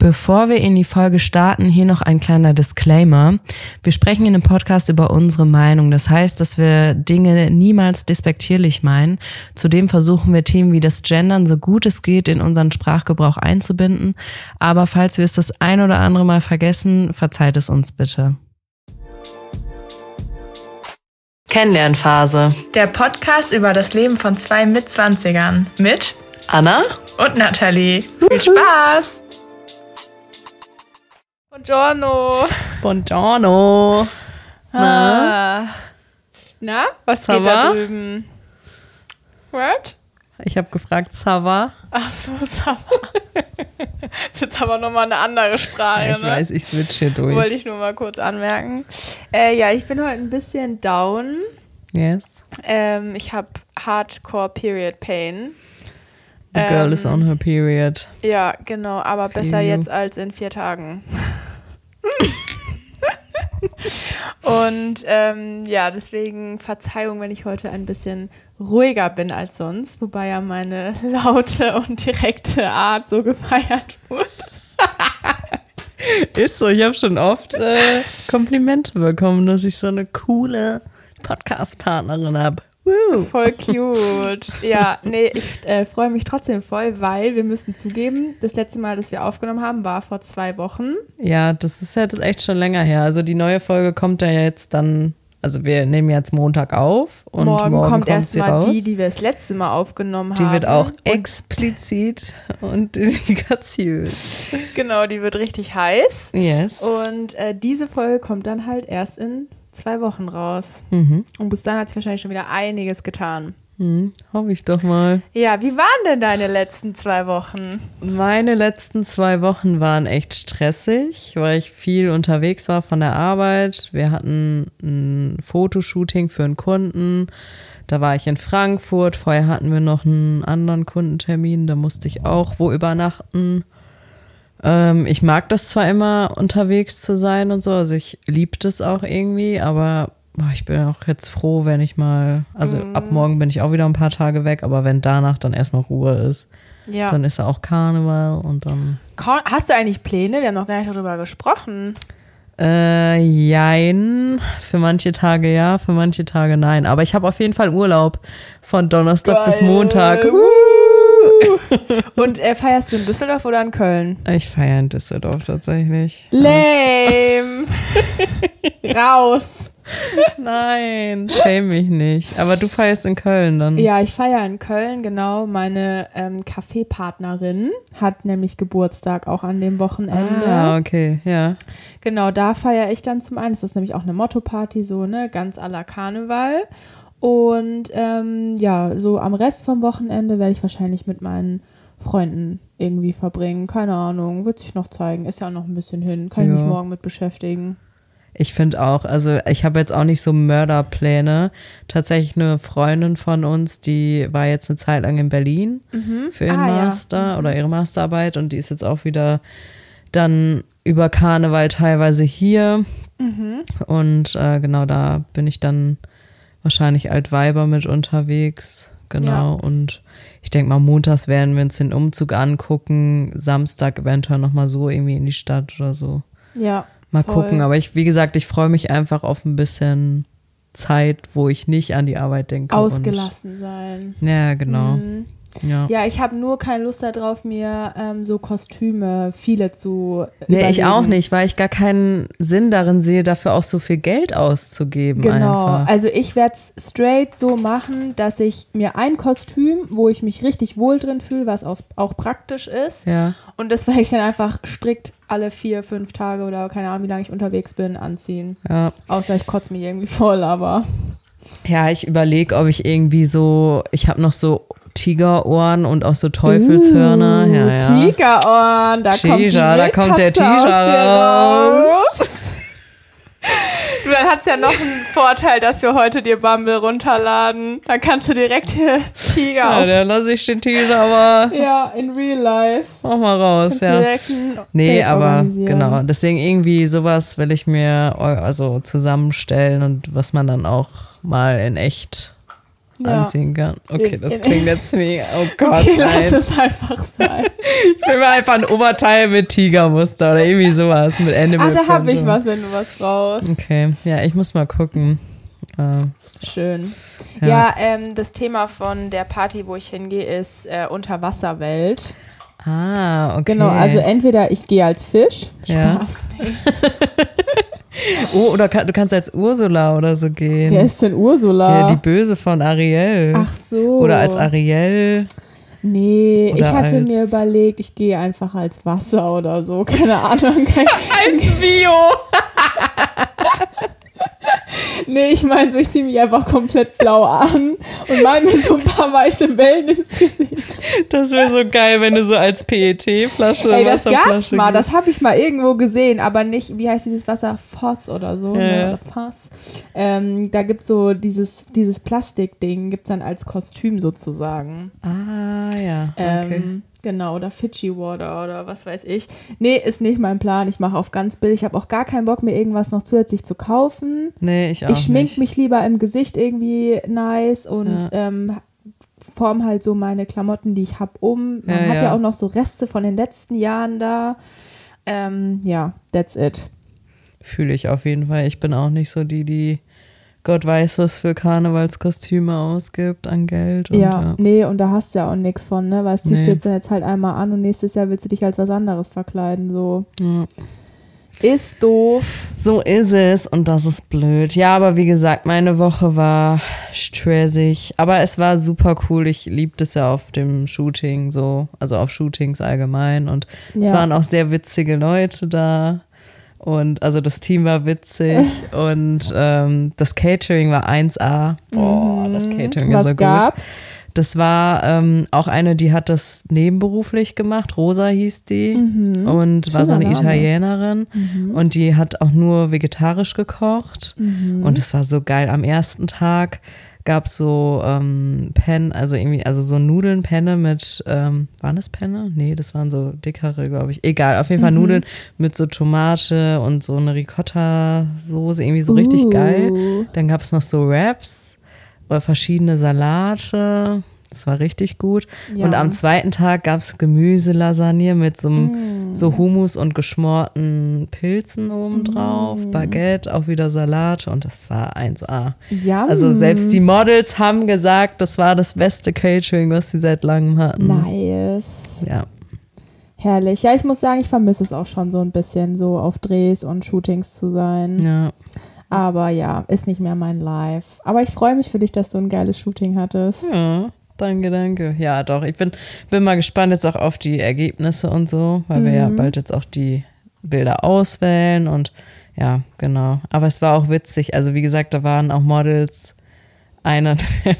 Bevor wir in die Folge starten, hier noch ein kleiner Disclaimer. Wir sprechen in dem Podcast über unsere Meinung. Das heißt, dass wir Dinge niemals despektierlich meinen. Zudem versuchen wir Themen wie das Gendern so gut es geht in unseren Sprachgebrauch einzubinden. Aber falls wir es das ein oder andere Mal vergessen, verzeiht es uns bitte. Kennenlernphase. Der Podcast über das Leben von zwei Mitzwanzigern mit Anna? und Nathalie. Viel Spaß! Buongiorno! Buongiorno. Na? Ah. Na, was Ça geht da va? drüben? What? Ich habe gefragt, Sava. Ach so, Summer. ist jetzt aber nochmal eine andere Sprache, ich ne? weiß, ich switch hier durch. Wollte ich nur mal kurz anmerken. Äh, ja, ich bin heute ein bisschen down. Yes. Ähm, ich habe Hardcore Period Pain. The girl is on her period. Ja, genau, aber Feel besser you. jetzt als in vier Tagen. Und ähm, ja, deswegen Verzeihung, wenn ich heute ein bisschen ruhiger bin als sonst, wobei ja meine laute und direkte Art so gefeiert wurde. Ist so, ich habe schon oft äh, Komplimente bekommen, dass ich so eine coole Podcast-Partnerin habe. Voll cute. Ja, nee, ich äh, freue mich trotzdem voll, weil wir müssen zugeben, das letzte Mal, das wir aufgenommen haben, war vor zwei Wochen. Ja, das ist ja das ist echt schon länger her. Also die neue Folge kommt ja jetzt dann, also wir nehmen jetzt Montag auf und morgen, morgen, kommt, erst sie erstmal raus. die, die wir das letzte Mal aufgenommen die haben. wird auch explizit und dediziös. Genau, die wird richtig heiß. Yes. Und äh, diese Folge kommt dann halt erst in zwei Wochen raus. Mhm. Und bis dann hat sich wahrscheinlich schon wieder einiges getan. Hm, hoffe ich doch mal. Ja, wie waren denn deine letzten zwei Wochen? Meine letzten zwei Wochen waren echt stressig, weil ich viel unterwegs war von der Arbeit. Wir hatten ein Fotoshooting für einen Kunden. Da war ich in Frankfurt. Vorher hatten wir noch einen anderen Kundentermin. Da musste ich auch wo übernachten. Ähm, ich mag das zwar immer, unterwegs zu sein und so. Also ich lieb das auch irgendwie, aber boah, ich bin auch jetzt froh, wenn ich mal, also ab morgen bin ich auch wieder ein paar Tage weg, aber wenn danach dann erstmal Ruhe ist. Ja. Dann ist ja auch Karneval und dann. Ka- Hast du eigentlich Pläne? Wir haben noch gar nicht darüber gesprochen. Äh, jein. Für manche Tage ja, für manche Tage nein. Aber ich habe auf jeden Fall Urlaub von Donnerstag bis Geil. Montag. Und äh, feierst du in Düsseldorf oder in Köln? Ich feiere in Düsseldorf tatsächlich. Lame! Raus! Nein, schäme mich nicht. Aber du feierst in Köln dann. Ja, ich feiere in Köln, genau. Meine ähm, Kaffeepartnerin hat nämlich Geburtstag auch an dem Wochenende. Ah, okay, ja. Genau, da feiere ich dann zum einen. Das ist nämlich auch eine Motto-Party, so, ne? Ganz à la Karneval. Und ähm, ja, so am Rest vom Wochenende werde ich wahrscheinlich mit meinen Freunden irgendwie verbringen. Keine Ahnung, wird sich noch zeigen. Ist ja auch noch ein bisschen hin. Kann ich Ja. mich morgen mit beschäftigen. Ich finde auch, also ich habe jetzt auch nicht so Mörderpläne. Tatsächlich eine Freundin von uns, die war jetzt eine Zeit lang in Berlin für ihren Ah, ja. Master oder ihre Masterarbeit und die ist jetzt auch wieder dann über Karneval teilweise hier. Mhm. Und äh, genau da bin ich dann wahrscheinlich Altweiber mit unterwegs. Genau. Und ich denke mal, montags werden wir uns den Umzug angucken, Samstag eventuell nochmal so irgendwie in die Stadt oder so. Ja. Mal voll. gucken, aber ich, wie gesagt, ich freue mich einfach auf ein bisschen Zeit, wo ich nicht an die Arbeit denke. und- Ausgelassen sein. Mhm. Ja, genau. Ja. Ja, ich habe nur keine Lust darauf, mir ähm, so Kostüme, viele zu. Nee, ich überlegen. auch nicht, weil ich gar keinen Sinn darin sehe, dafür auch so viel Geld auszugeben. Genau, Einfach. also ich werde es straight so machen, dass ich mir ein Kostüm, wo ich mich richtig wohl drin fühle, was aus, auch praktisch ist, Ja. und das werde ich dann einfach strikt alle vier, fünf Tage oder keine Ahnung, wie lange ich unterwegs bin, anziehen. Ja. Außer ich kotze mich irgendwie voll, aber ja, ich überlege, ob ich irgendwie so, ich habe noch so Tigerohren und auch so Teufelshörner. Uh, ja, ja. Tigerohren, da kommt die Tiger, da kommt der Wildkatze aus dir Tiger raus. Du, dann hat's ja noch einen Vorteil, dass wir heute dir Bumble runterladen. Dann kannst du direkt hier Tiger Ja, auf. dann lasse ich den Tiger aber Ja, in real life. auch mal raus, ja. Direkt ein Nee, Date aber organisieren. genau. Deswegen irgendwie sowas will ich mir eu- also zusammenstellen und was man dann auch mal in echt Ja. anziehen kann. Okay, das klingt jetzt mega. Oh Gott, Okay, lass nein. es einfach sein. Ich will mir einfach ein Oberteil mit Tigermuster oder irgendwie sowas mit Ende Ach, Ah, da habe ich was, wenn du was brauchst. Okay, ja, ich muss mal gucken. Äh, Schön. Ja. Ja, ähm, das Thema von der Party, wo ich hingehe, ist äh, Unterwasserwelt. ah, okay. Genau, also entweder ich gehe als Fisch. Ja. Spaß. Nee. oh, oder kann, du kannst als Ursula oder so gehen. Wer ist denn Ursula? Ja, die Böse von Ariel. Ach so. Oder als Ariel. Nee, ich Oder hatte als- mir überlegt, ich gehe einfach als Wasser oder so. Keine Ahnung. Kein, Als Bio. nee, ich meine, so, ich ziehe mich einfach komplett blau an und mal mir so ein paar weiße Wellen ins Gesicht. Das wäre so geil, wenn du so als PET-Flasche Ey, das Wasserflasche gab's mal. gehst. Das habe ich mal irgendwo gesehen, aber nicht, wie heißt dieses Wasser? Foss oder so. Ja, ne? ja. Oder Fass. Ähm, da gibt's so dieses, dieses Plastikding, gibt's dann als Kostüm sozusagen. Ah, ja. Okay. Ähm, Genau, oder Fidschi Water oder was weiß ich. Nee, ist nicht mein Plan. Ich mache auf ganz billig. Ich habe auch gar keinen Bock, mir irgendwas noch zusätzlich zu kaufen. nee, ich auch. ich schmink nicht. mich lieber im Gesicht irgendwie nice und Ja. ähm, form halt so meine Klamotten, die ich habe, um. Man Ja, hat ja. ja. auch noch so Reste von den letzten Jahren da. Ähm, ja, that's it. Fühle ich auf jeden Fall. Ich bin auch nicht so die, die Gott weiß, was für Karnevalskostüme ausgibt an Geld. Und, ja, nee, und da hast du ja auch nichts von, ne? Weil es ziehst Nee. du jetzt, jetzt halt einmal an und nächstes Jahr willst du dich als was anderes verkleiden. So. ja. Ist doof. So ist es und das ist blöd. Ja, aber wie gesagt, meine Woche war stressig, aber es war super cool. Ich liebte es ja auf dem Shooting so, also auf Shootings allgemein und es Ja. waren auch sehr witzige Leute da und also das Team war witzig und ähm, das Catering war 1A. Boah, das Catering war Mhm. Was so gut. gab's? Das war ähm, auch eine, die hat das nebenberuflich gemacht. Rosa hieß die und war so Schöner eine Mhm. Name. Mhm. Italienerin. Und die hat auch nur vegetarisch gekocht. Mhm. Und es war so geil. Am ersten Tag gab es so ähm, Pen, also irgendwie, also so Nudeln, Penne mit, ähm, waren das Penne? Nee, das waren so dickere, glaube ich. Egal, auf jeden Mhm. Fall Nudeln mit so Tomate und so eine Ricotta-Soße, irgendwie so richtig Uh. geil. Dann gab es noch so Wraps oder verschiedene Salate. Das war richtig gut. Ja. Und am zweiten Tag gab es Gemüselasagne mit so, einem so Hummus und geschmorten Pilzen obendrauf, Baguette, auch wieder Salate und das war 1A. Ja. Also selbst die Models haben gesagt, das war das beste Catering, was sie seit langem hatten. Nice. Ja. Herrlich. Ja, ich muss sagen, ich vermisse es auch schon so ein bisschen, so auf Drehs und Shootings zu sein. ja. Aber ja, ist nicht mehr mein Life. Aber ich freue mich für dich, dass du ein geiles Shooting hattest. Ja, danke, danke. Hm. Ja, doch, ich bin, bin mal gespannt jetzt auch auf die Ergebnisse und so, weil wir ja bald jetzt auch die Bilder auswählen und ja, genau. Aber es war auch witzig. Also, wie gesagt, da waren auch Models. Einer, der,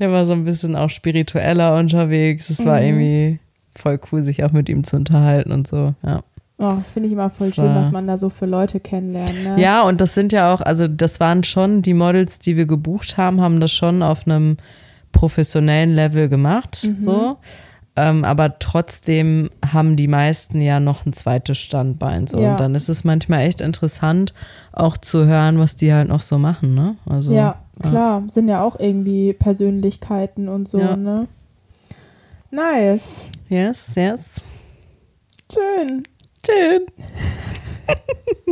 der war so ein bisschen auch spiritueller unterwegs. Es war irgendwie voll cool, sich auch mit ihm zu unterhalten und so. Ja. Oh, das finde ich immer voll Das schön, war- was man da so für Leute kennenlernt. Ne? Ja, und das sind ja auch, also das waren schon die Models, die wir gebucht haben, haben das schon auf einem professionellen Level gemacht, Mhm. so. Ähm, aber trotzdem haben die meisten ja noch ein zweites Standbein. So. Ja. Und dann ist es manchmal echt interessant, auch zu hören, was die halt noch so machen, ne? Also, ja, klar. Sind ja auch irgendwie Persönlichkeiten und so, Ja. ne? Nice. Yes, yes. Schön. Schön.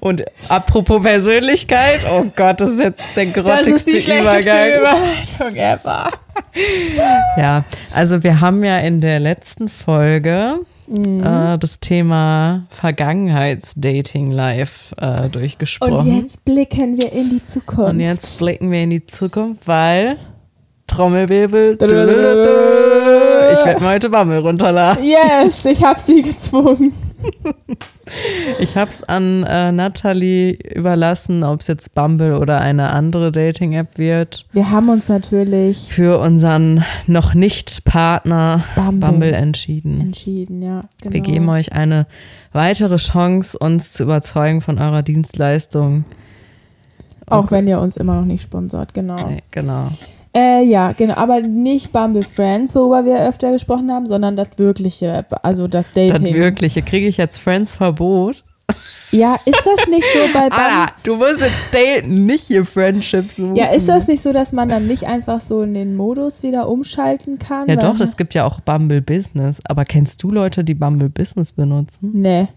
Und apropos Persönlichkeit, oh Gott, das ist jetzt der Das ist grottigste die schlechteste Übergang. Überleitung ever. Ja, also wir haben ja in der letzten Folge Mhm. äh, das Thema Vergangenheits-Dating-Life äh, durchgesprochen. Und jetzt blicken wir in die Zukunft. Und jetzt blicken wir in die Zukunft, weil Trommelwirbel. Dadadadada. Ich werde mir heute Bammel runterladen. Yes, ich habe sie gezwungen. Ich hab's an äh, Natalie überlassen, ob es jetzt Bumble oder eine andere Dating-App wird. Wir haben uns natürlich Für unseren noch nicht Partner Bumble, Bumble entschieden. entschieden, ja. Genau. Wir geben euch eine weitere Chance, uns zu überzeugen von eurer Dienstleistung. Auch wenn ihr uns immer noch nicht sponsort, genau. Nee, genau. Äh, ja, genau, aber nicht Bumble Friends, worüber wir öfter gesprochen haben, sondern das wirkliche, also das Das Dating. Wirkliche. Kriege ich jetzt Friends-Verbot? Ja, ist das nicht so bei Bumble? Anna, Ah, du musst jetzt daten, nicht hier Friendship suchen. Ja, ist das nicht so, dass man dann nicht einfach so in den Modus wieder umschalten kann? Ja, Weil- doch, es gibt ja auch Bumble Business. Aber kennst du Leute, die Bumble Business benutzen? Nee.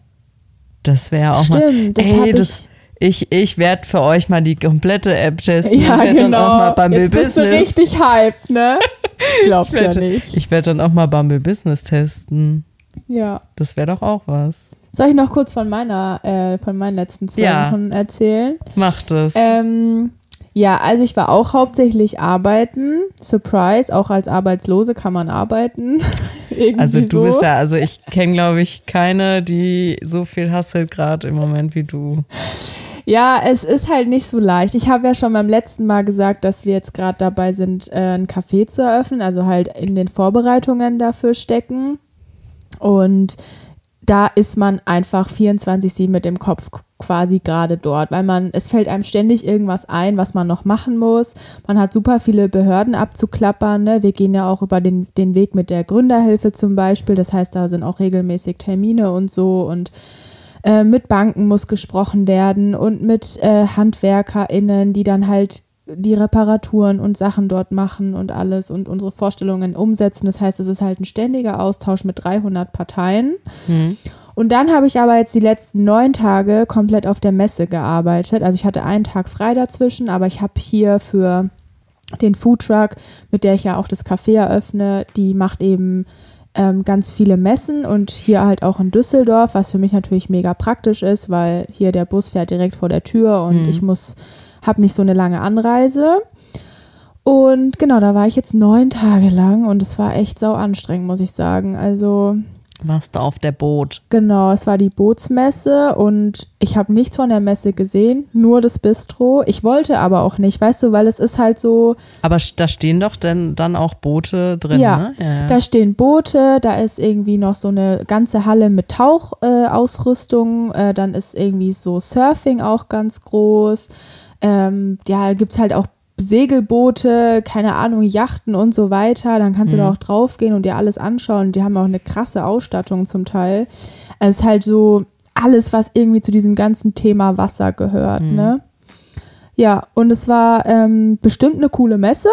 Das wäre auch mal. Stimmt, das hab ey, ich- das, ich. Ich, werde für euch mal die komplette App testen. Ja, ich werd genau. dann auch mal Bumble Jetzt bist du Business. richtig hyped, ne? Ich glaub's ich ja werde nicht. werd dann auch mal Bumble Business testen. Ja. Das wäre doch auch was. Soll ich noch kurz von meiner, äh, von meinen letzten zwei Ja. Wochen erzählen? Macht es. Ähm, ja, also ich war auch hauptsächlich arbeiten. Surprise, auch als Arbeitslose kann man arbeiten. Irgendwie also du so. bist ja, also ich kenne glaube ich keine, die so viel hasselt gerade im Moment wie du. Ja, es ist halt nicht so leicht. Ich habe ja schon beim letzten Mal gesagt, dass wir jetzt gerade dabei sind, äh, ein Café zu eröffnen, also halt in den Vorbereitungen dafür stecken. Und da ist man einfach 24-7 mit dem Kopf k- quasi gerade dort, weil man, es fällt einem ständig irgendwas ein, was man noch machen muss. Man hat super viele Behörden abzuklappern. Ne? Wir gehen ja auch über den, den Weg mit der Gründerhilfe zum Beispiel. Das heißt, da sind auch regelmäßig Termine und so und äh, mit Banken muss gesprochen werden und mit äh, HandwerkerInnen, die dann halt die Reparaturen und Sachen dort machen und alles und unsere Vorstellungen umsetzen. Das heißt, es ist halt ein ständiger Austausch mit 300 Parteien. Und dann habe ich aber jetzt die letzten neun Tage komplett auf der Messe gearbeitet. Also ich hatte einen Tag frei dazwischen, aber ich habe hier für den Foodtruck, mit der ich ja auch das Café eröffne, die macht eben ähm, ganz viele Messen und hier halt auch in Düsseldorf, was für mich natürlich mega praktisch ist, weil hier der Bus fährt direkt vor der Tür und ich muss, habe nicht so eine lange Anreise. Und genau, da war ich jetzt neun Tage lang und es war echt sau anstrengend, muss ich sagen. Also Warst du auf der Boot. Genau, es war die Bootsmesse und ich habe nichts von der Messe gesehen, nur das Bistro. Ich wollte aber auch nicht, weißt du, weil es ist halt so, Aber sch- da stehen doch denn, dann auch Boote drin, ja, ne? Ja, ja. da stehen Boote, da ist irgendwie noch so eine ganze Halle mit Tauchausrüstung, äh, Ausrüstung, äh, dann ist irgendwie so Surfing auch ganz groß. Ähm, ja, gibt es halt auch Segelboote, keine Ahnung, Yachten und so weiter. Dann kannst du Mhm. da auch draufgehen und dir alles anschauen. Die haben auch eine krasse Ausstattung zum Teil. Also es ist halt so alles, was irgendwie zu diesem ganzen Thema Wasser gehört, Mhm. ne? Ja, und es war ähm, bestimmt eine coole Messe.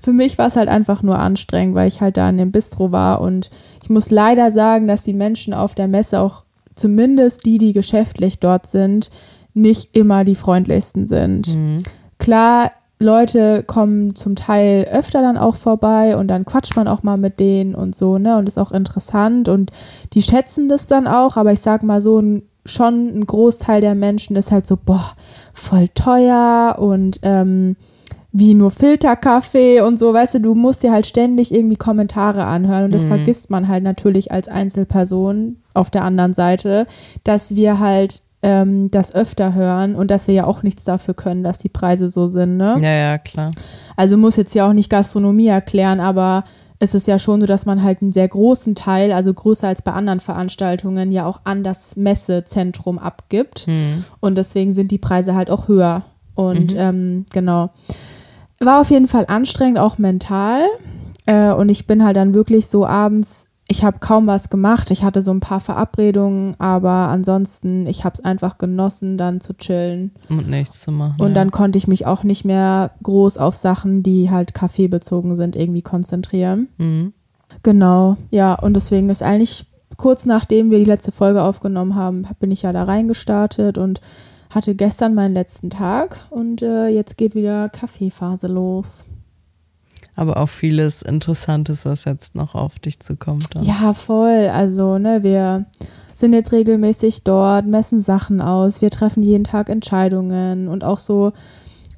Für mich war es halt einfach nur anstrengend, weil ich halt da in dem Bistro war und ich muss leider sagen, dass die Menschen auf der Messe auch zumindest die, die geschäftlich dort sind, nicht immer die freundlichsten sind. Klar, Leute kommen zum Teil öfter dann auch vorbei und dann quatscht man auch mal mit denen und so, ne? Und ist auch interessant und die schätzen das dann auch, aber ich sag mal so ein schon ein Großteil der Menschen ist halt so, boah, voll teuer und ähm, wie nur Filterkaffee und so, weißt du, du musst dir halt ständig irgendwie Kommentare anhören und das vergisst man halt natürlich als Einzelperson auf der anderen Seite, dass wir halt ähm, das öfter hören und dass wir ja auch nichts dafür können, dass die Preise so sind, ne? ja, ja, klar. Also muss jetzt ja auch nicht Gastronomie erklären, aber es ist ja schon so, dass man halt einen sehr großen Teil, also größer als bei anderen Veranstaltungen, ja auch an das Messezentrum abgibt. Hm. Und deswegen sind die Preise halt auch höher. Und ähm, genau. War auf jeden Fall anstrengend, auch mental. Äh, und ich bin halt dann wirklich so abends, ich habe kaum was gemacht. Ich hatte so ein paar Verabredungen, aber ansonsten, ich habe es einfach genossen, dann zu chillen. Und nichts zu machen. Und ja. dann konnte ich mich auch nicht mehr groß auf Sachen, die halt kaffeebezogen sind, irgendwie konzentrieren. Mhm. Genau, ja, und deswegen ist eigentlich kurz nachdem wir die letzte Folge aufgenommen haben, bin ich ja da reingestartet und hatte gestern meinen letzten Tag und äh, jetzt geht wieder Kaffeephase los. Aber auch vieles Interessantes, was jetzt noch auf dich zukommt. Dann. Ja, voll. Also, ne, wir sind jetzt regelmäßig dort, messen Sachen aus, wir treffen jeden Tag Entscheidungen und auch so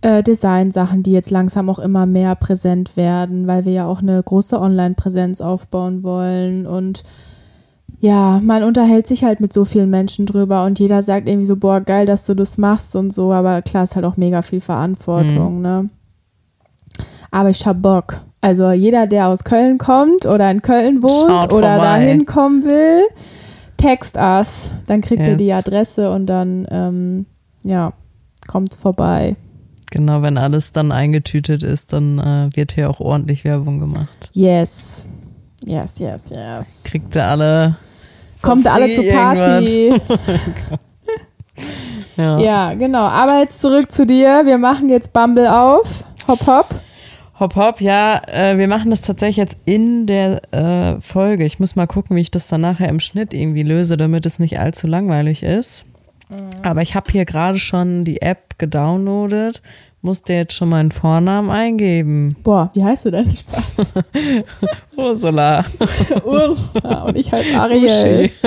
äh, Design-Sachen, die jetzt langsam auch immer mehr präsent werden, weil wir ja auch eine große Online-Präsenz aufbauen wollen und ja, man unterhält sich halt mit so vielen Menschen drüber und jeder sagt irgendwie so, boah, geil, dass du das machst und so, aber klar ist halt auch mega viel Verantwortung, ne? Aber ich hab Bock. Also jeder, der aus Köln kommt oder in Köln wohnt Schaut oder vorbei. dahin kommen will, text us. Dann kriegt ihr Yes. die Adresse und dann, ähm, ja, kommt vorbei. Genau, wenn alles dann eingetütet ist, dann äh, wird hier auch ordentlich Werbung gemacht. Yes. Yes, yes, yes. Kriegt ihr alle Kommt alle zur free Party. Ja. Ja, genau. Aber jetzt zurück zu dir. Wir machen jetzt Bumble auf. Hopp, hopp. Hopp, hopp, ja, äh, wir machen das tatsächlich jetzt in der äh, Folge. Ich muss mal gucken, wie ich das dann nachher im Schnitt irgendwie löse, damit es nicht allzu langweilig ist. Aber ich habe hier gerade schon die App gedownloadet, muss dir jetzt schon meinen Vornamen eingeben. Boah, wie heißt du denn? Spaß. Ursula. Ursula. Und ich heiße Ariel.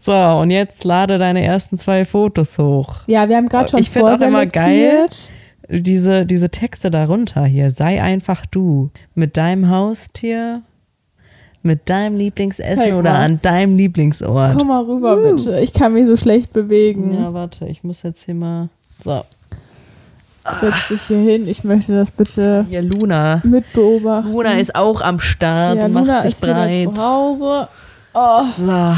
so, und jetzt lade deine ersten zwei Fotos hoch. Ja, wir haben gerade schon Ich find auch immer geil, vorselektiert. diese, diese Texte darunter hier. Sei einfach du. Mit deinem Haustier, mit deinem Lieblingsessen Zeig oder mal. an deinem Lieblingsort. Komm mal rüber, Uh. bitte. Ich kann mich so schlecht bewegen. Ja, warte, ich muss jetzt hier mal. So, Setz dich hier hin. Ich möchte das bitte hier Luna. mitbeobachten. Luna ist auch am Start ja, und macht Luna sich ist breit. wieder zu Hause. Oh, So.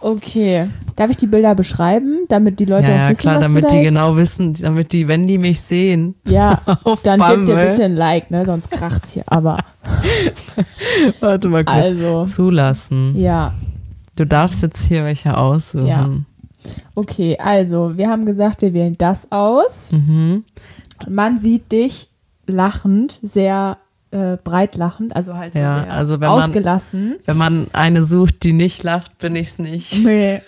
okay. Darf ich die Bilder beschreiben, damit die Leute Ja, auch ja, wissen, klar, was du damit da die jetzt- genau wissen, damit die, wenn die mich sehen, Ja, auf dann gebt ihr Bumble- bitte ein Like, ne? Sonst kracht's hier. Aber Warte mal kurz. also, Zulassen. ja. Du darfst jetzt hier welche aussuchen. Okay, also, wir haben gesagt, wir wählen das aus. Mhm. Man sieht dich lachend, sehr äh, breit lachend, also halt so Ja, sehr also wenn man- ausgelassen. Wenn man eine sucht, die nicht lacht, bin ich's nicht. Nee.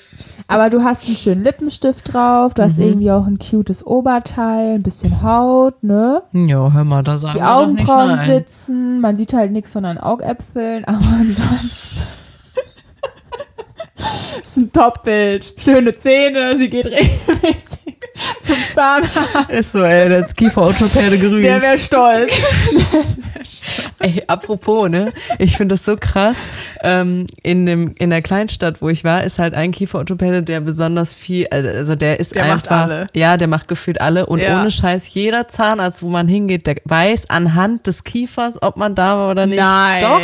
Aber du hast einen schönen Lippenstift drauf, du hast Mhm. irgendwie auch ein cutes Oberteil, ein bisschen Haut, ne? Ja, hör mal, da sagen Die wir doch nicht Augenbrauen nein. sitzen, man sieht halt nichts von deinen Augäpfeln, aber ansonsten. ist ein Top-Bild. Schöne Zähne, sie geht regelmäßig zum Zahnarzt. Ist so, ey, das Kieferorthopäde grüßt. Der wäre stolz. Ey, apropos, ne? Ich finde das so krass. Ähm, in, dem, in der Kleinstadt, wo ich war, ist halt ein Kieferorthopäde, der besonders viel, also der ist Der macht einfach, alle. ja, der macht gefühlt alle und Ja. ohne Scheiß, jeder Zahnarzt, wo man hingeht, der weiß anhand des Kiefers, ob man da war oder nicht. Nein. Doch.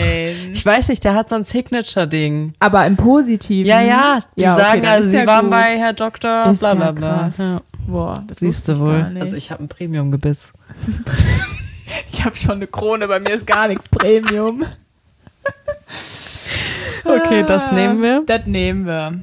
Ich weiß nicht, der hat so ein Signature-Ding. Aber im Positiven. Ja, ja, die Mhm. Ja, okay, sagen, das also ist sie ja waren gut. bei Herr Doktor, Ist bla ja bla bla. krass. Ja, Boah, das siehst wusste du ich wohl. gar nicht. Also ich habe ein Premium-Gebiss. Ich habe schon eine Krone, bei mir ist gar nichts Premium. Okay, Ah. das nehmen wir. Das nehmen wir.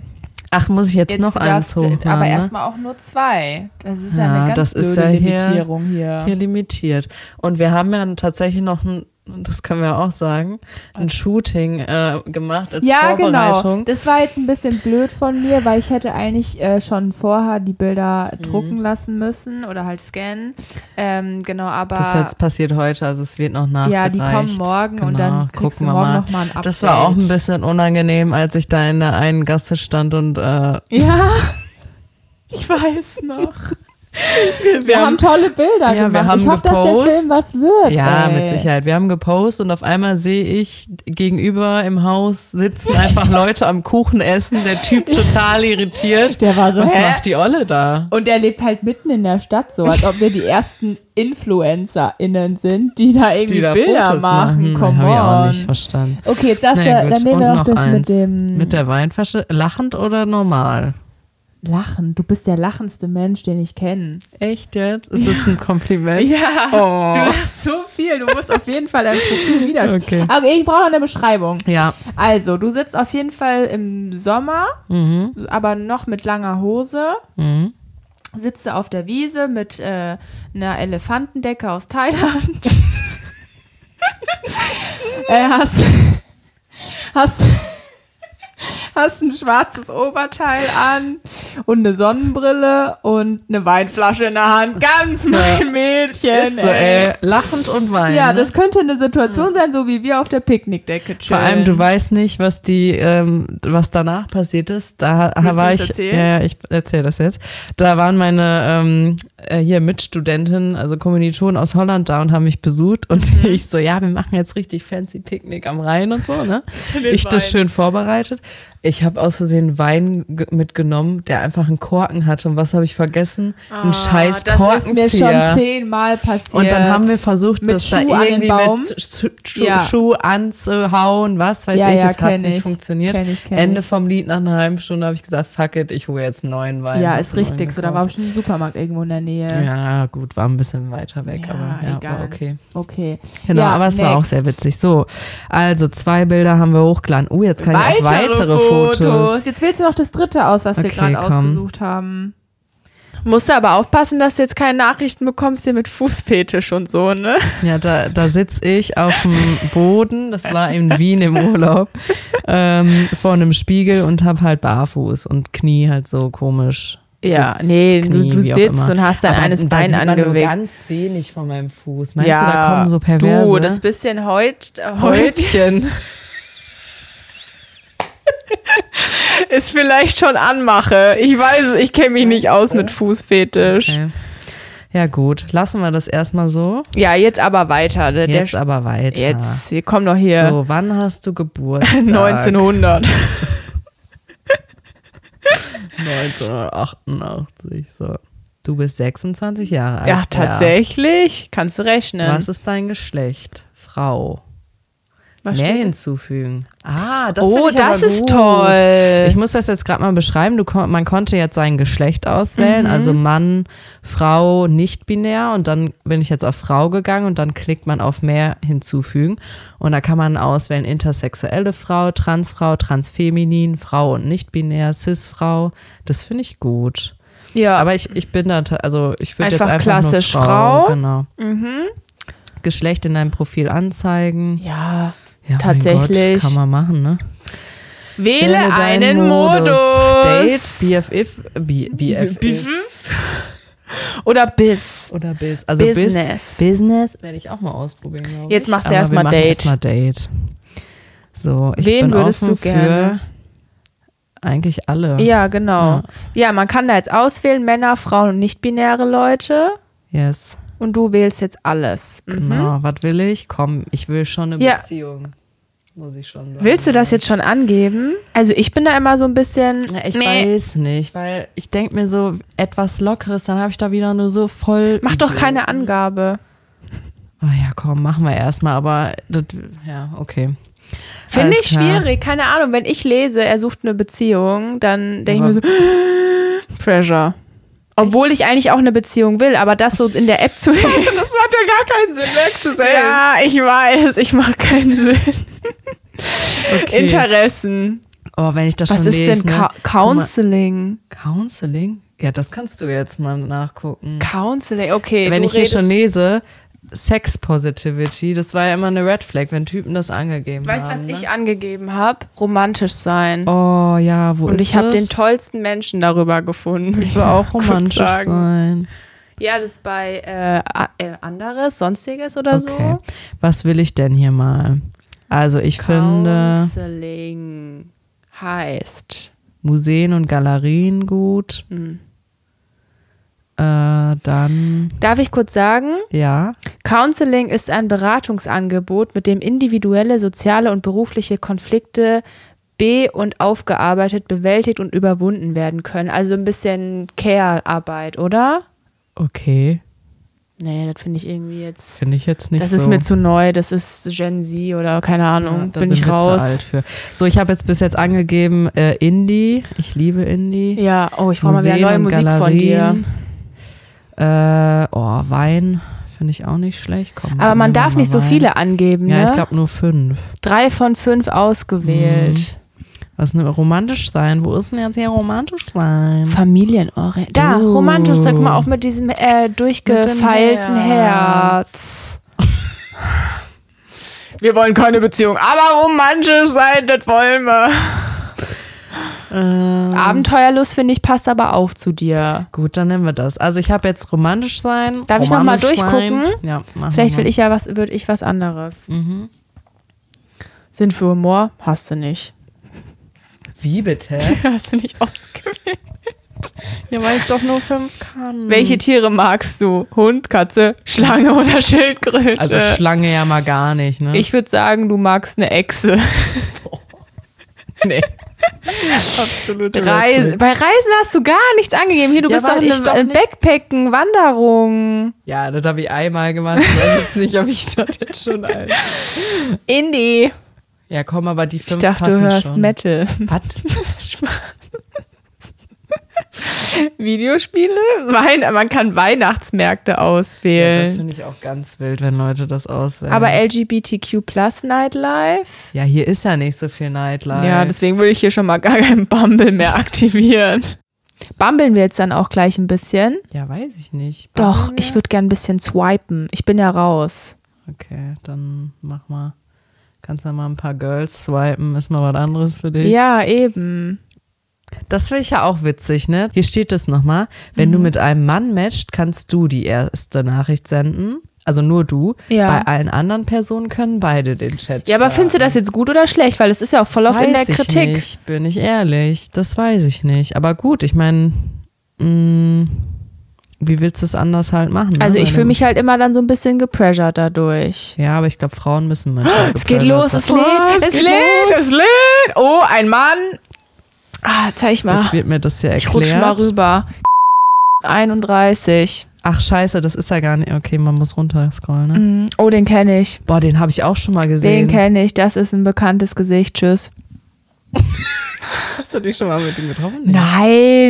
Ach, muss ich jetzt, noch eins darfst du- holen? Aber ne? erstmal auch nur zwei. Das ist ja, Ja, eine ganz das ist blöde ja hier- Limitierung hier. hier limitiert. Und wir haben ja tatsächlich noch ein, das können wir auch sagen, ein Shooting äh, gemacht als Ja, genau. Vorbereitung. Das war jetzt ein bisschen blöd von mir, weil ich hätte eigentlich äh, schon vorher die Bilder drucken lassen müssen oder halt scannen. Ähm, genau, aber Das ist jetzt passiert heute, also es wird noch ja, nachgereicht. Genau, die kommen morgen und dann kriegst du morgen nochmal ein Update. Das war auch ein bisschen unangenehm, als ich da in der einen Gasse stand und äh, wir, Ja, ich weiß noch. Wir, haben tolle Bilder Ja, wir gemacht. haben ich hoffe, dass der gepostet. Film was wird. ja, ey. mit Sicherheit. Wir haben gepostet und auf einmal sehe ich gegenüber im Haus sitzen einfach Leute am Kuchen essen, der Typ total irritiert. Der war so, Was hä? macht die Olle da? Und er lebt halt mitten in der Stadt so, als ob wir die ersten InfluencerInnen sind, die da irgendwie Die da Bilder Fotos machen. Come Hab ich auch on. nicht verstanden. Okay, jetzt darfst Naja, du, gut. dann nehmen wir Und noch das eins. mit dem Mit der Weinflasche. Lachend oder normal? Lachen. Du bist der lachendste Mensch, den ich kenne. Echt jetzt? Ist das ein Kompliment? Ja, Oh. hast so viel. Du musst auf jeden Fall dein Profil widerspiegeln. Ah, Okay. Okay, ich brauche noch eine Beschreibung. Ja. Also, du sitzt auf jeden Fall im Sommer, aber noch mit langer Hose. Mhm. Sitzt du auf der Wiese mit äh, einer Elefantendecke aus Thailand. äh, hast, hast, hast ein schwarzes Oberteil an und eine Sonnenbrille und eine Weinflasche in der Hand. Ganz mein Mädchen. Ist so, ey. Lachend und Wein. Ja, ne? das könnte eine Situation sein, so wie wir auf der Picknickdecke Vor chillen. allem, du weißt nicht, was die, ähm, was danach passiert ist. Da Willst war du das ich, erzählen? ja, ja, ich erzähle das jetzt. Da waren meine ähm, äh, hier Mitstudentinnen, also Kommilitonen aus Holland da und haben mich besucht und Mhm. ich so, ja, wir machen jetzt richtig fancy Picknick am Rhein und so, ne? Den ich das Wein. schön vorbereitet. Ich habe aus Versehen Wein ge- mitgenommen, der einfach einen Korken hatte. Und was habe ich vergessen? Ein scheiß Ah, Das ist mir schon Korkenzieher. zehnmal passiert. Und dann haben wir versucht, Mit das Schuh da an den irgendwie Baum? mit Schu Schu Ja. Schuh anzuhauen, was weiß Ja, ich, ja, es hat kenn nicht ich. funktioniert. Kenn ich, kenn Ende ich. vom Lied nach einer halben Stunde habe ich gesagt, fuck it, ich hole jetzt einen neuen Wein. Ja, Hab ist einen neuen richtig. So, da war gekauft. bestimmt ein Supermarkt irgendwo in der Nähe. Ja, gut, war ein bisschen weiter weg, Ja, aber ja, egal. war okay. Okay. Genau, Ja, aber es war auch next. sehr witzig. So, also zwei Bilder haben wir hochgeladen. Oh, jetzt kann ich auch weitere Fotos. Jetzt wählst du noch das dritte aus, was wir Okay, gerade komm. ausgesucht haben. Musst du aber aufpassen, dass du jetzt keine Nachrichten bekommst hier mit Fußfetisch und so, ne? Ja, da, da sitz ich auf dem Boden, das war in Wien im Urlaub, ähm, vor einem Spiegel und hab halt barfuß und Knie halt so komisch. Ja, Sitz, nee, du- Knie, du wie auch sitzt immer. und hast dann Aber eines da Bein sieht man nur angewickt. ganz wenig von meinem Fuß. Meinst du, da kommen so perverse Du, das bisschen Heut, äh, Heut Häutchen? ist vielleicht schon Anmache. Ich weiß, ich kenne mich nicht aus mit Fußfetisch. Okay. Ja gut, lassen wir das erstmal so. Ja, jetzt aber weiter. ne? Der, der Jetzt aber weiter. Jetzt, wir kommen doch hier. So, wann hast du Geburtstag? 1900. 1988. So. Du bist 26 Jahre alt. Ja, tatsächlich. Kannst du rechnen. Was ist dein Geschlecht? Frau. Was Mehr steht da? hinzufügen. Ah, das oh, find ich das aber ist gut. toll. Ich muss das jetzt gerade mal beschreiben. Du, kon- man konnte jetzt sein Geschlecht Mhm. auswählen, also Mann, Frau, nicht binär. Und dann bin ich jetzt auf Frau gegangen und dann klickt man auf mehr hinzufügen. Und da kann man auswählen intersexuelle Frau, Transfrau, Transfeminin, Frau und nicht binär, Cis-Frau. Das finde ich gut. ja, Aber ich, ich bin da, ta- also ich würde jetzt Einfach einfach klassisch nur Frau. Frau. Mhm. Genau. Geschlecht in deinem Profil anzeigen. ja. Ja, Mein Tatsächlich. Gott, kann man machen, ne? Wähle deinen einen Modus. Date, BFF, B, BFF Oder bis. oder Biz. Also Biz- Business. Business werde ich auch mal ausprobieren. glaub Jetzt ich. machst du Aber erst wir mal machen Date. erst mal Date. So, ich Wen bin würdest offen du gerne? für eigentlich alle. Ja, genau. Ja. man kann da jetzt auswählen, Männer, Frauen und nicht-binäre Leute. Yes, Und du wählst jetzt alles. Mhm. genau. Was will ich? Komm, ich will schon eine Ja. Beziehung. Muss ich schon sagen. Willst du das jetzt schon angeben? Also ich bin da immer so ein bisschen. Ja, Ich weiß nicht, weil ich denke mir so etwas Lockeres, dann habe ich da wieder nur so voll. Mach doch Idioten. keine Angabe. Oh ja, komm, machen wir erstmal, aber das, ja, okay. Finde Alles ich klar. schwierig, keine Ahnung. Wenn ich lese, er sucht eine Beziehung, dann denke ich Aber- mir so, Pressure. Obwohl ich eigentlich auch eine Beziehung will, aber das so in der App zu lesen. Das macht ja gar keinen Sinn, merkst du ja, ich weiß, ich mache keinen Sinn. Okay. Interessen. oh, wenn ich das Was schon ist lese, denn ne? Ka Counseling? Guck mal, Counseling? Ja, das kannst du jetzt mal nachgucken. Counseling, okay. wenn du ich hier redest- schon lese, Sex Positivity, das war ja immer eine Red Flag, wenn Typen das angegeben Weißt du, was haben. ich angegeben habe? Romantisch sein. ne? Oh ja, wo Und ist ich habe das? den tollsten Menschen darüber gefunden. Ich will auch kurz romantisch sagen. sein. Ja, das bei äh, a- äh, anderes, sonstiges oder Okay. so. Was will ich denn hier mal? Also ich finde Counseling heißt. Museen und Galerien gut. Hm. Äh, dann, Darf ich kurz sagen? ja. Counseling ist ein Beratungsangebot, mit dem individuelle, soziale und berufliche Konflikte be- und aufgearbeitet, bewältigt und überwunden werden können. Also ein bisschen Care-Arbeit, oder? Okay, Nee, das finde ich irgendwie jetzt. finde ich jetzt nicht Das so. ist mir zu neu, das ist Gen Z oder keine Ja, Ahnung, da bin sind ich wir zu raus. alt für. So, ich habe jetzt bis jetzt angegeben äh, Indie. Ich liebe Indie. Ja, oh, ich brauche mal wieder neue und Musik von dir. Galerien. Äh, oh, Wein finde ich auch nicht schlecht. Komm, Aber gib man mir darf mal nicht so Wein. viele angeben, Ja, ne? ich glaube nur fünf. Drei von fünf Mhm. ausgewählt. Was ne, romantisch sein? Wo ist denn jetzt hier romantisch sein? Familienorientiert. Da, Oh. romantisch, sag mal, auch mit diesem äh, durchgefeilten Mit dem Herz. Wir wollen keine Beziehung, aber romantisch sein, das wollen wir. Äh, Abenteuerlust, finde ich, passt aber auch zu dir. gut, dann nehmen wir das. Also ich habe jetzt romantisch sein. Darf ich noch mal romantisch sein. durchgucken? Ja, Mhm. machen Vielleicht wir. will ich ja was, würde ich was anderes. Sinn für Humor hast du nicht. Wie bitte? Hast du nicht ausgewählt. ja, weil ich doch nur fünf kann. Welche Tiere magst du? Hund, Katze, Schlange oder Schildkröte? Also Schlange ja mal gar nicht, ne? ich würde sagen, du magst eine Echse. nee. Absolut. Reisen. Bei Reisen hast du gar nichts angegeben. Hier, du Ja, bist doch weil ich eine, doch eine nicht- Backpacken, Wanderung. Ja, das habe ich einmal gemacht. Ich weiß jetzt nicht, ob ich das jetzt schon ein. Indie. Ja, komm, aber die Ich fünf dachte, du passen hörst schon. Metal. Was? Videospiele? Wein, man kann Weihnachtsmärkte Ja, das auswählen. finde ich auch ganz wild, wenn Leute das auswählen. Äh. aber LGBTQ plus Nightlife? ja, hier ist ja nicht so viel Nightlife. Ja, deswegen würde ich hier schon mal gar keinen Bumble mehr aktivieren. Bumbeln wir jetzt dann auch gleich ein bisschen? ja weiß ich nicht. Doch, ich würde gern ein bisschen swipen. Ich bin ja raus. Okay, dann mach mal. Kannst ja mal ein paar Girls swipen, ist mal was anderes für dich. Ja, eben. Das finde ich ja auch witzig, ne? Hier steht es nochmal. Wenn Mhm. du mit einem Mann matchst, kannst du die erste Nachricht senden. Also nur du. Ja. Bei allen anderen Personen können beide den Chat. Ja, aber findest du das jetzt gut oder schlecht? Weil es ist ja auch voll oft in der Weiß Kritik. Ich nicht, bin ich ehrlich. Das weiß ich nicht. Aber gut, ich meine, wie willst du es anders halt machen? ne? Also ich Weil fühle dann- mich halt immer dann so ein bisschen gepressured dadurch. Ja, aber ich glaube, Frauen müssen manchmal. Es geht los, es lädt, es geht lädt, es lädt. Oh, ein Mann. Ah, zeig mal. Jetzt wird mir das ja Ich erklärt. rutsche mal rüber. 31. Ach scheiße, das ist ja gar nicht. Okay, man muss runter scrollen. Ne? Mhm. Oh, den kenne ich. Boah, den habe ich auch schon mal Den gesehen. kenne ich. Das ist ein bekanntes Gesicht. Tschüss. Hast du dich schon mal mit dem getroffen? Nee. Ja,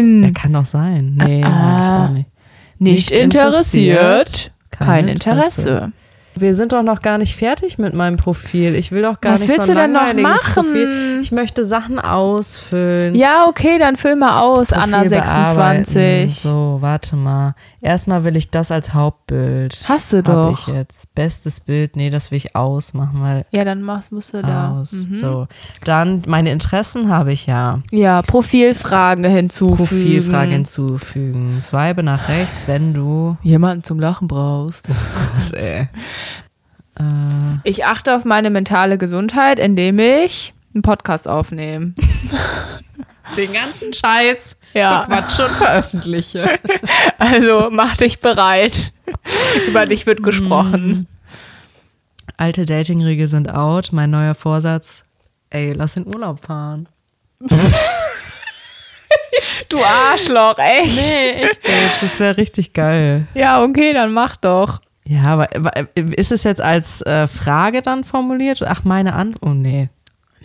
Nein. Ah, kann doch sein. Nee, mag ich auch nicht. nicht Nicht, interessiert. interessiert. Kein Kein Interesse. Interesse. Wir sind doch noch gar nicht fertig mit meinem Profil. Ich will doch gar Was nicht so willst ein du denn noch langweiliges machen? Profil. Ich möchte Sachen ausfüllen. Ja, okay, dann füll mal aus, Profil Anna bearbeiten. 26. So, warte mal. Erstmal will ich das als Hauptbild. Hast du Hab ich doch. jetzt. Bestes Bild. Nee, das will ich ausmachen, weil Ja, dann machst, musst du da. aus. So. Dann meine Interessen habe ich ja. Ja, Profilfragen hinzufügen. Profilfrage hinzufügen. Swipe nach rechts, wenn du. Jemanden zum Lachen brauchst. Gott, ey. Ich achte auf meine mentale Gesundheit, indem ich einen Podcast aufnehme. Den ganzen Scheiß. Ja. Quatsch schon veröffentliche. Also mach dich bereit. Über dich wird gesprochen. Alte Datingregeln sind out. Mein neuer Vorsatz. Ey, lass in Urlaub fahren. Du Arschloch, echt? Hm. Nee, echt jetzt. Das wäre richtig geil. Ja, okay, dann mach doch. Ja, aber aber äh, ist es jetzt als äh, Frage dann formuliert? Ach, meine Antwort. Oh, nee.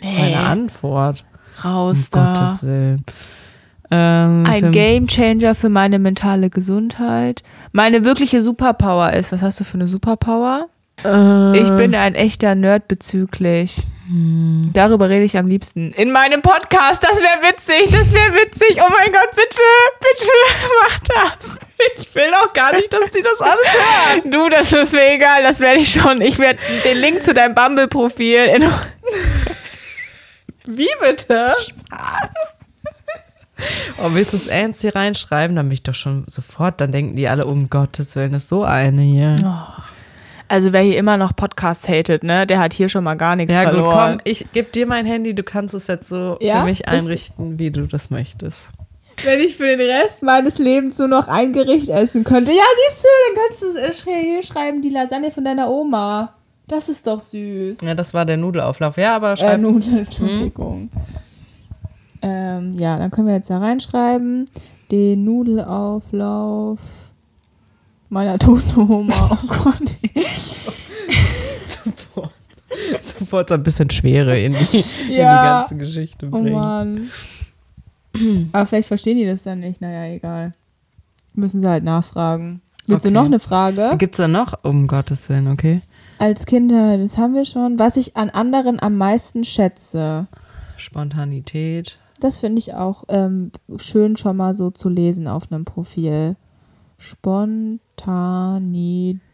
Meine Antwort. Um Raus da. Gottes Willen. Ähm, Ein für- Gamechanger für meine mentale Gesundheit. Meine wirkliche Superpower ist, was hast du für eine Superpower? Äh, Ich bin ein echter Nerd bezüglich. Darüber rede ich am liebsten. In meinem Podcast. Das wäre witzig. Das wäre witzig. Oh mein Gott, bitte, bitte, mach das. Ich will auch gar nicht, dass sie das alles hören. Du, das ist mir egal. Das werde ich schon. Ich werde den Link zu deinem Bumble-Profil in. Wie bitte? Oh, willst du es ernst hier reinschreiben? Dann bin ich doch schon sofort. Dann denken die alle, um Gottes Willen, ist so eine hier. Oh, Also, wer hier immer noch Podcasts hatet, ne, der hat hier schon mal gar nichts ja, gut, verloren. komm, ich gebe dir mein Handy. Du kannst es jetzt so Ja, für mich das- einrichten, wie du das möchtest. Wenn ich für den Rest meines Lebens nur noch ein Gericht essen könnte. Ja, siehst du, dann kannst du es äh, sch- hier schreiben, die Lasagne von deiner Oma. Das ist doch süß. Ja, das Hm. war der Nudelauflauf. Ja, aber äh, schreib. Nudeln, Entschuldigung. Ähm, ja, dann können wir jetzt da reinschreiben. Den Nudelauflauf meiner toten Oma. Oh Gott. sofort so ein bisschen Schwere in die, Ja. in die ganze Geschichte Oh bringen. Mann. Aber vielleicht verstehen die das dann nicht. Naja, egal. Müssen sie halt nachfragen. Willst Okay. du noch eine Frage? Gibt's da noch? Um Gottes Willen, okay. Als Kinder, das haben wir schon. Was ich an anderen am meisten schätze. Spontanität. Das finde ich auch ähm, schön schon mal so zu lesen auf einem Profil.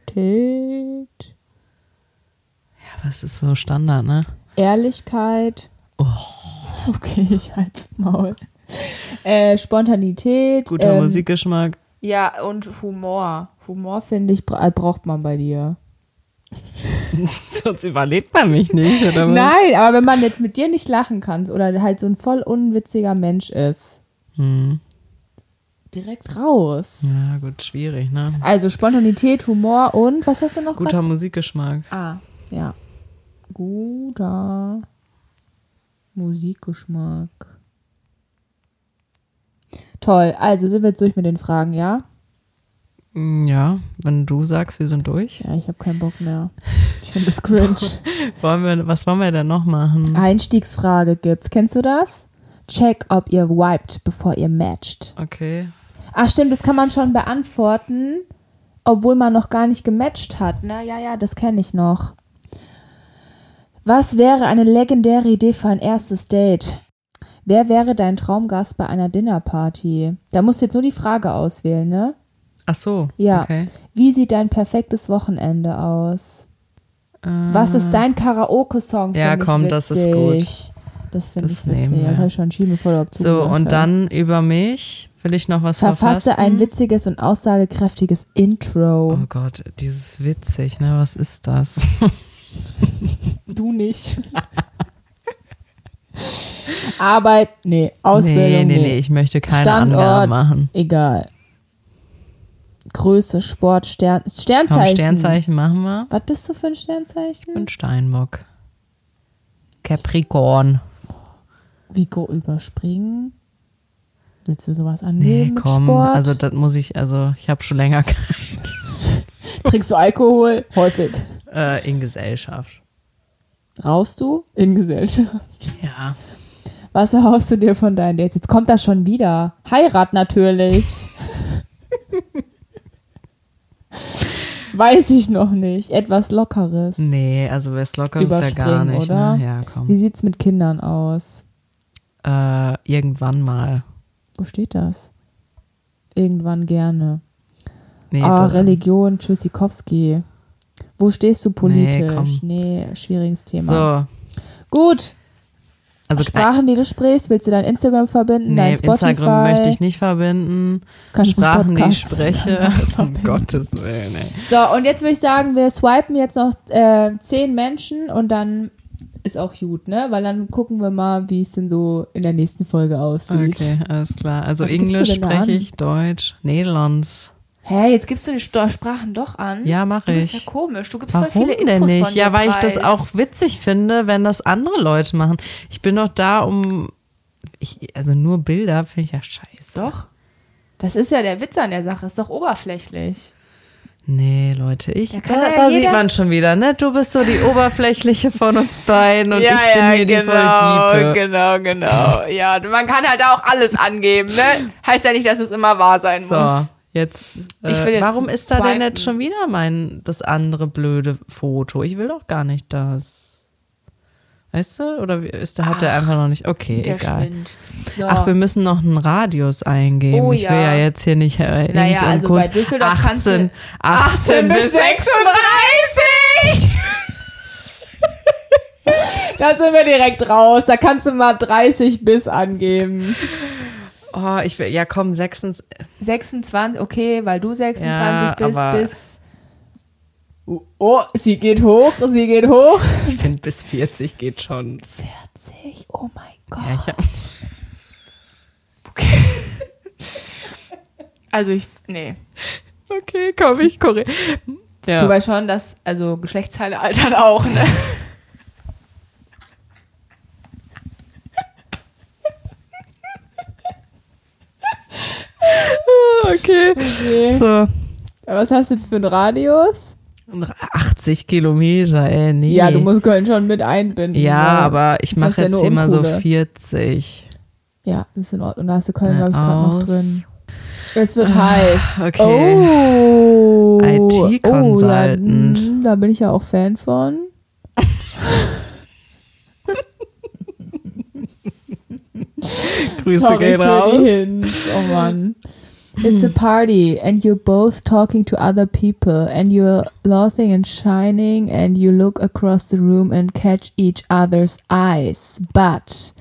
Spontanität, Ja, was ist so Standard, ne? Ehrlichkeit. Oh. Okay, ich halt's Maul. Äh, Spontanität. Guter ähm, Musikgeschmack. Ja, und Humor. Humor, finde ich, bra braucht man bei dir. Sonst überlebt man mich nicht, oder was? Nein, aber wenn man jetzt mit dir nicht lachen kann oder halt so ein voll unwitziger Mensch ist, Hm. direkt raus. Ja, gut, schwierig, ne? Also Spontanität, Humor und was hast du noch? Guter Musikgeschmack. Ah. grad- Ja. Guter Musikgeschmack. Toll. Also sind wir jetzt durch mit den Fragen, ja? Mm, Ja, wenn du sagst, wir sind durch. Ja, ich habe keinen Bock mehr. Ich finde das cringe. Wollen wir, was wollen wir denn noch Ah, machen? Einstiegsfrage gibt's. Kennst du das? Check, ob ihr wiped, bevor ihr matcht. Okay. Ach stimmt, das kann man schon beantworten, obwohl man noch gar nicht gematcht hat. Ne? Ja, ja, das kenne ich noch. Was wäre eine legendäre Idee für ein erstes Date? Wer wäre dein Traumgast bei einer Dinnerparty? Da musst du jetzt nur die Frage auswählen, ne? Ach so. Ja. Okay. Wie sieht dein perfektes Wochenende aus? Äh, Was ist dein Karaoke-Song? Ah. Ja, Find ich komm, das ist witzig. Das finde Das ich witzig. nehmen wir. Das habe ich schon schieben, bevor du überhaupt So, zugehört und hast. dann über mich. Will ich noch was Verfasse verfassen? ein witziges und aussagekräftiges Intro. Oh Gott, dieses witzig, ne? Was ist das? Du nicht. Arbeit, nee. Ausbildung, nee, nee, nee. nee, ich möchte keine Standort. Angaben machen. Egal. Größe, Sport, Stern, Sternzeichen. Komm, Sternzeichen machen wir. Was bist du für ein Sternzeichen? Und Steinbock. Capricorn. Vigo überspringen. Willst du sowas angeben Nee, mit komm. Sport? Also, das muss ich, also, ich habe schon länger kein- Trinkst du Alkohol? Häufig. äh, in Gesellschaft. Rauchst du? In Gesellschaft. Ja. Was erhoffst du dir von deinen Dates? Jetzt kommt das schon wieder. Heirat natürlich. Weiß ich noch nicht. Etwas Lockeres. Nee, also, wer es locker ist, ja gar Überspringen, nicht. oder? Ne? Ja, Wie komm. sieht's mit Kindern aus? Äh, irgendwann mal. Wo steht das? Irgendwann gerne. Nee, Ah, das- Religion, Tschüssikowski. Wo stehst du politisch? komm. Nee, schwieriges Thema. So. Gut, Also, Sprachen, die du sprichst, willst du dein Instagram verbinden, Nee, dein Spotify? Instagram möchte ich nicht verbinden. Kannst du Sprachen, die ich Podcasts spreche. Um Gottes Willen, ey. So, und jetzt würde ich sagen, wir swipen jetzt noch äh, zehn Menschen und dann ist auch gut, ne? Weil dann gucken wir mal, wie es denn so in der nächsten Folge aussieht. Okay, alles klar. Also Was gibst du Englisch denn da spreche an? ich, Deutsch, Niederlands. Hä, jetzt gibst du die Sto- Sprachen doch Hm, an? Ja, Du mache bist ja ich. komisch. Du gibst voll Warum viele Infos denn nicht? Von dir Ja, weil ich das preis. auch witzig finde, wenn das andere Leute machen. Ich bin doch da, um. Ich, also nur Bilder finde ich ja scheiße. Doch. Das ist ja der Witz an der Sache. Ist doch oberflächlich. Nee, Leute, ich. Da, Da kann ja da jeder- sieht man schon wieder, ne? Du bist so die oberflächliche von uns beiden und ich bin hier die voll Diepe. Genau, genau. Ja, man kann halt auch alles angeben, ne? Heißt ja nicht, dass es immer wahr sein So, jetzt. Äh, genau. Ich will jetzt warum ist da denn zweiten. jetzt schon wieder mein das andere blöde Foto? Ich will doch gar nicht das. Weißt du? Oder wie- ist da hat er einfach noch nicht. Okay, Der egal. Schwind. Ach, wir müssen noch einen Radius eingeben. Oh ich will ja. ja jetzt hier nicht äh, Naja, links und also kurz. bei Düsseldorf kannst du 18, 18 bis 36! Da sind wir direkt raus. Da kannst du mal 30 bis angeben. Oh, ich will, ja komm, 6. 26, okay, weil du 26 Ja, bist, aber- bis. Oh, sie geht hoch, sie geht hoch. Ich bin bis 40 geht schon. Oh mein Gott. Ja, ich hab, Also ich. Nee. okay, komm, ich korrigiere. Ja. Du weißt schon, dass. Also Geschlechtsteile altern auch, ne? Ah, okay. Okay. So. Was hast du jetzt für einen Radius? 80 Kilometer, ey, nee. Ja, du musst Köln schon mit einbinden. ne? Ja, weil- aber ich sonst mache ja jetzt nur hier mal so Uncoole. 40. Ja, das ist in Ordnung. Da hast du Köln, glaube ich, gerade noch Aus. Ah, drin. Es wird heiß. okay. Oh. IT-Consultant. Oh, ja, mm, da bin ich ja auch Fan von. Grüße Sorry für die Hints. Oh Mann. It's a party and you're both talking to other people and you're laughing and shining and you look across the room and catch each other's eyes. But,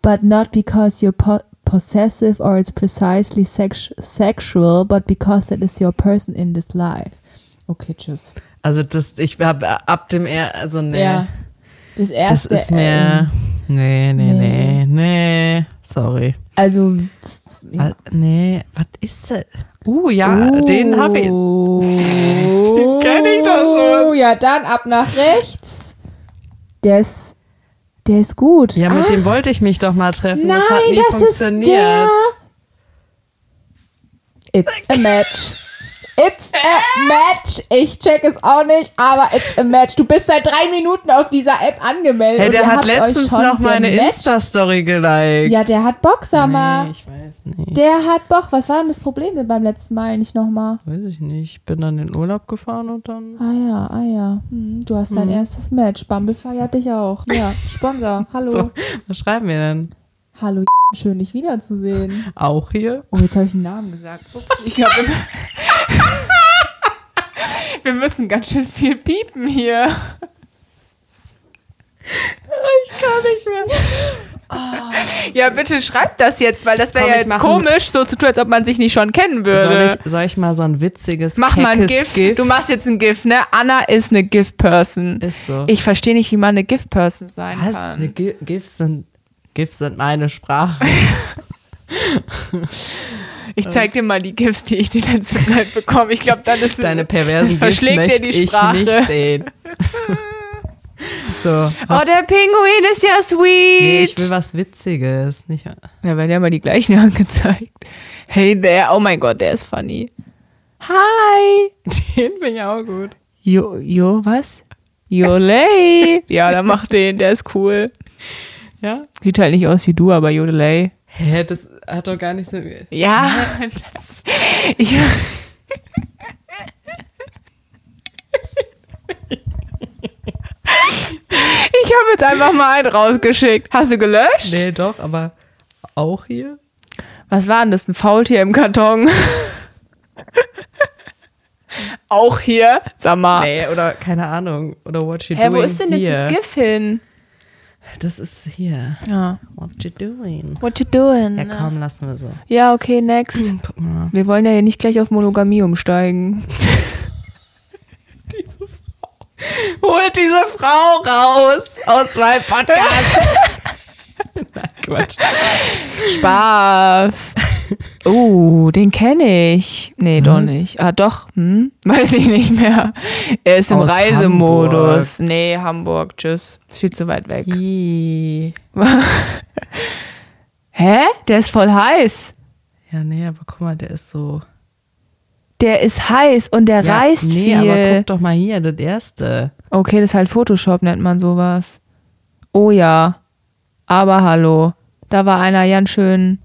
but not because you're po possessive or it's precisely sex sexual, but because that is your person in this life. Okay, tschüss. Also das, ich hab ab dem er, also nee, Ja. Das das erste. ist mir, nee, nee, nee, nee, sorry. Also, Wa- Nee, was ist das? Uh, ja, den hab ich. Uh. Den kenn ich doch schon. Ja, dann ab nach rechts. Der ist, der ist gut. Ja, mit Ah, dem wollte ich mich doch mal treffen. Nein, das hat nie das, ist funktioniert. der. It's a match. It's a match. Ich check es auch nicht, aber it's a match. Du bist seit drei Minuten auf dieser App angemeldet. Hey, und der ihr hat habt euch letztens schon noch meine gematcht. Insta-Story geliked. Ja, der hat Bock, sag mal. nee, ich weiß nicht. Der hat Bock. Was war denn das Problem denn beim letzten Mal? Nicht nochmal. Weiß ich nicht. Ich bin dann in den Urlaub gefahren und dann. Ah ja, ah ja. Hm, du hast dein Mhm. erstes Match. Bumble feiert dich auch. Ja, Sponsor. Hallo. So, was schreiben wir denn? Hallo, schön dich wiederzusehen. Auch hier? Oh, jetzt habe ich einen Namen gesagt. Ups, Ich glaube, wir, wir müssen ganz schön viel piepen hier. Ah. Ich kann nicht mehr. Ja, bitte schreibt das jetzt, weil das wäre Komm, ja ich jetzt machen- komisch, so zu tun, als ob man sich nicht schon kennen würde. Soll ich, soll ich mal so ein witziges Mach mal ein keckes GIF. Du machst jetzt ein GIF, ne? Anna ist eine GIF-Person. Ist so. Ich verstehe nicht, wie man eine GIF-Person sein Was? kann. Eine Gi- GIFs sind, GIFs sind meine Sprache. Ich zeig dir mal die GIFs, die ich die letzte Zeit bekomme. Ich glaube, dann ist Deine perversen GIFs verschlägt dir möchte die ich Sprache. nicht sehen. so. Oh, Was, der Pinguin ist ja nee, sweet. ich will was Witziges. Nicht, ja, werden ja mal die gleichen angezeigt. Hey there, oh mein Gott, der ist funny. Hi. den finde ich auch gut. Jo, jo, was? Jodelay. ja, dann mach den, der ist cool. Ja? Sieht halt nicht aus wie du, aber Jodelay. Hä, das hat doch gar nichts mit mir. Ja. Ich, ich habe jetzt einfach mal einen rausgeschickt. Hast du gelöscht? Nee, doch, aber auch hier? Was war denn das? Ein Faultier im Karton? Auch hier? Sag mal. Nee, oder keine Ahnung. Oder what you Ah. Hä, doing wo ist denn jetzt here? das GIF hin? Das ist hier. Ja. What you doing? What you doing? Ja, komm, lassen wir so. Ja, okay, next. Guck mal. Wir wollen ja hier nicht gleich auf Monogamie umsteigen. Holt diese Frau raus aus meinem Podcast. Nein, Quatsch. Spaß. Oh, den kenne ich. Nee, doch nicht. Ah, doch. Hm? Weiß ich nicht mehr. Er ist im Aus Reisemodus. Nee, Hamburg. Tschüss. Ist viel zu weit weg. Ja, Hä? Der ist voll heiß. nee, aber guck mal, der ist so. Der ist heiß und der Ja, reist nee, viel. aber guck doch mal hier, das erste. okay, das ist halt Photoshop, nennt man sowas. Oh ja. Aber hallo. Da war einer ganz schön.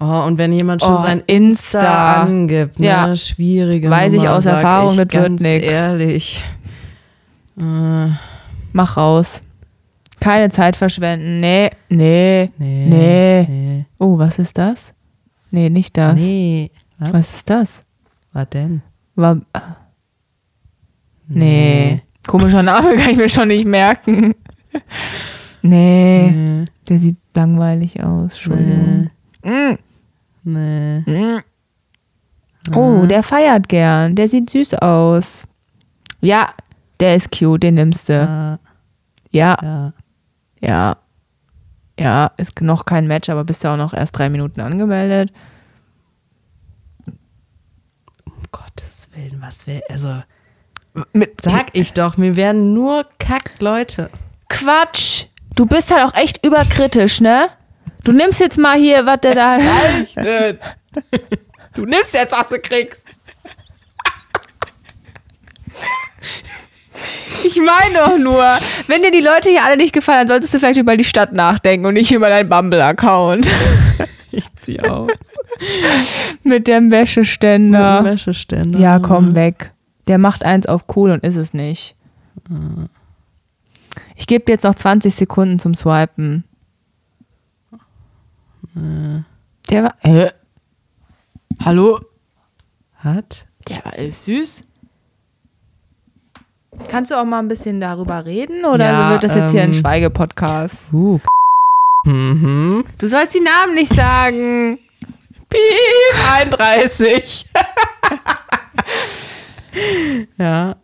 Oh, und wenn jemand schon Oh, sein Insta. Insta, angibt, ne? Ja. schwierige Weiß ich Nummer, aus sag Erfahrung, ich das wird ganz nix. Ehrlich. Äh, Mach raus. Keine Zeit verschwenden. Nee, nee, nee. nee. Nee. Oh, was ist das? Nee, ne? nicht das. Äh, Nee. Was? Was ist das? Was denn? War. Nee. Komischer Name kann ich mir schon nicht merken. Nee. Nee. Der sieht langweilig aus. Entschuldigung. Mm, Nee. Oh, der feiert gern. Der sieht süß aus. Ja, der ist cute, den nimmst du. Ja. Ja, ja. ja. Ja, ist noch kein Match, aber bist ja auch noch erst drei Minuten angemeldet. Um Gottes Willen, was will. Also, Mit sag ich doch, mir werden nur kackt Leute. Quatsch. Du bist halt auch echt überkritisch, ne? Du nimmst jetzt mal hier, was der da. du nimmst jetzt, was du kriegst. Ich meine doch nur, wenn dir die Leute hier alle nicht gefallen, solltest du vielleicht über die Stadt nachdenken und nicht über deinen Bumble-Account. Ich zieh auf. Mit dem Wäscheständer. Wäscheständer. Ja, komm weg. Der macht eins auf cool und ist es nicht. Ich gebe dir jetzt noch 20 Sekunden zum Swipen. Äh. Der war. Hä? Hallo? Hat? Der war ist süß. Kannst du auch mal ein bisschen darüber reden oder Ja, wird das jetzt hier ein ähm, Schweigepodcast? Uh. Mhm. Du sollst die Namen nicht sagen. Piep, 31. ja.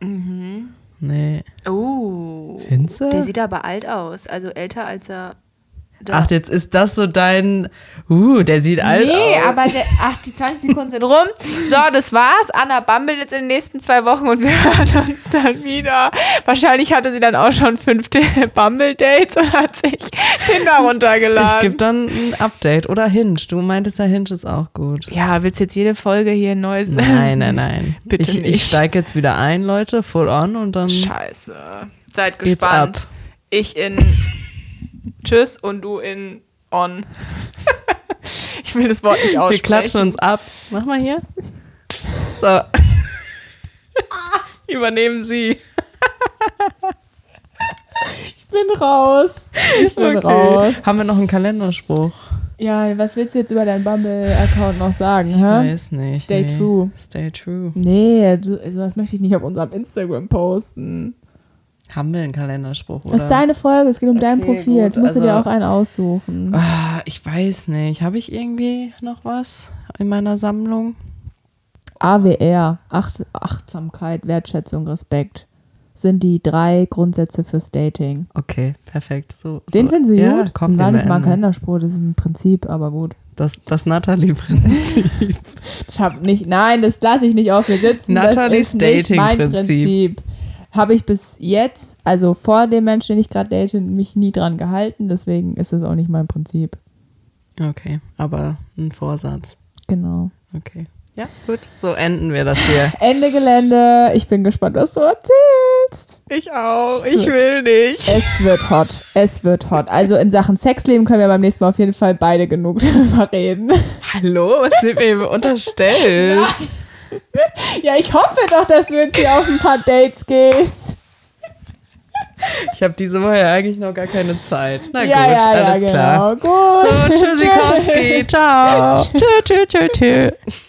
Mhm. Nee. Oh. Findest du? Oh. sieht aber alt aus, also älter als er. Ach, jetzt ist das so dein. Uh, der sieht alt Nee, aus. aber der, ach, die 20 Sekunden sind rum. So, das war's. Anna bummelt jetzt in den nächsten zwei Wochen und wir hören uns dann wieder. Wahrscheinlich hatte sie dann auch schon fünf Bumble-Dates und hat sich Tinder Ich runtergeladen. gebe dann ein Update. Oder Hinge. Du meintest ja, Hinge ist auch gut. ja, willst du jetzt jede Folge hier ein neues? Nein, nein, nein. Bitte ich nicht. ich steige jetzt wieder ein, Leute, full on und dann Scheiße. Seid geht's gespannt. ab. Ich in Tschüss und du in On. ich will das Wort nicht Wir aussprechen. klatschen uns ab. Mach mal hier. So. Ah, Übernehmen Sie. Ich bin raus. Ich bin raus. Haben wir noch einen Kalenderspruch? Ja, was willst du jetzt über deinen Bumble-Account noch sagen, Ich hä? weiß nicht. Stay true. Stay true. Nee, so- sowas möchte ich nicht auf unserem Instagram posten. Haben wir einen Kalenderspruch? Oder? Das ist deine Folge, es geht um dein Okay, Profil. gut, jetzt musst du dir also- auch einen aussuchen. Ah, ich weiß nicht. Habe ich irgendwie noch was in meiner Sammlung? AWR, Acht Achtsamkeit, Wertschätzung, Respekt, sind die drei Grundsätze fürs Dating. Okay, perfekt. So, Den so. finden sie ja, gut. Komm, War den nicht mal ein beenden. Kalenderspruch, das ist ein Prinzip, aber gut. Das, das Nathalie-Prinzip. Ich hab nicht, nein, das lasse ich nicht auf mir sitzen. Nathalies das ist nicht mein Dating-Prinzip. Prinzip. Habe ich bis jetzt, also vor dem Menschen, den ich gerade date, mich nie dran gehalten. Deswegen ist es auch nicht mein Prinzip. okay, aber ein Vorsatz. Genau. Okay. Ja, gut. So enden wir das hier. Ende Gelände. Ich bin gespannt, was du erzählst. Ich auch. Ich will nicht. Es wird hot. Es wird hot. Also in Sachen Sexleben können wir beim nächsten Mal auf jeden Fall beide genug drüber reden. Hallo, was wird mir hier unterstellt? Ja, ich hoffe doch, dass du jetzt hier auf ein paar Dates gehst. Ich habe diese Woche ja eigentlich noch gar keine Zeit. Na ja, gut, ja, alles ja, klar. Genau. Gut. So, tschüssikowski. Ciao. Tschö, tschö, tschö, tschö.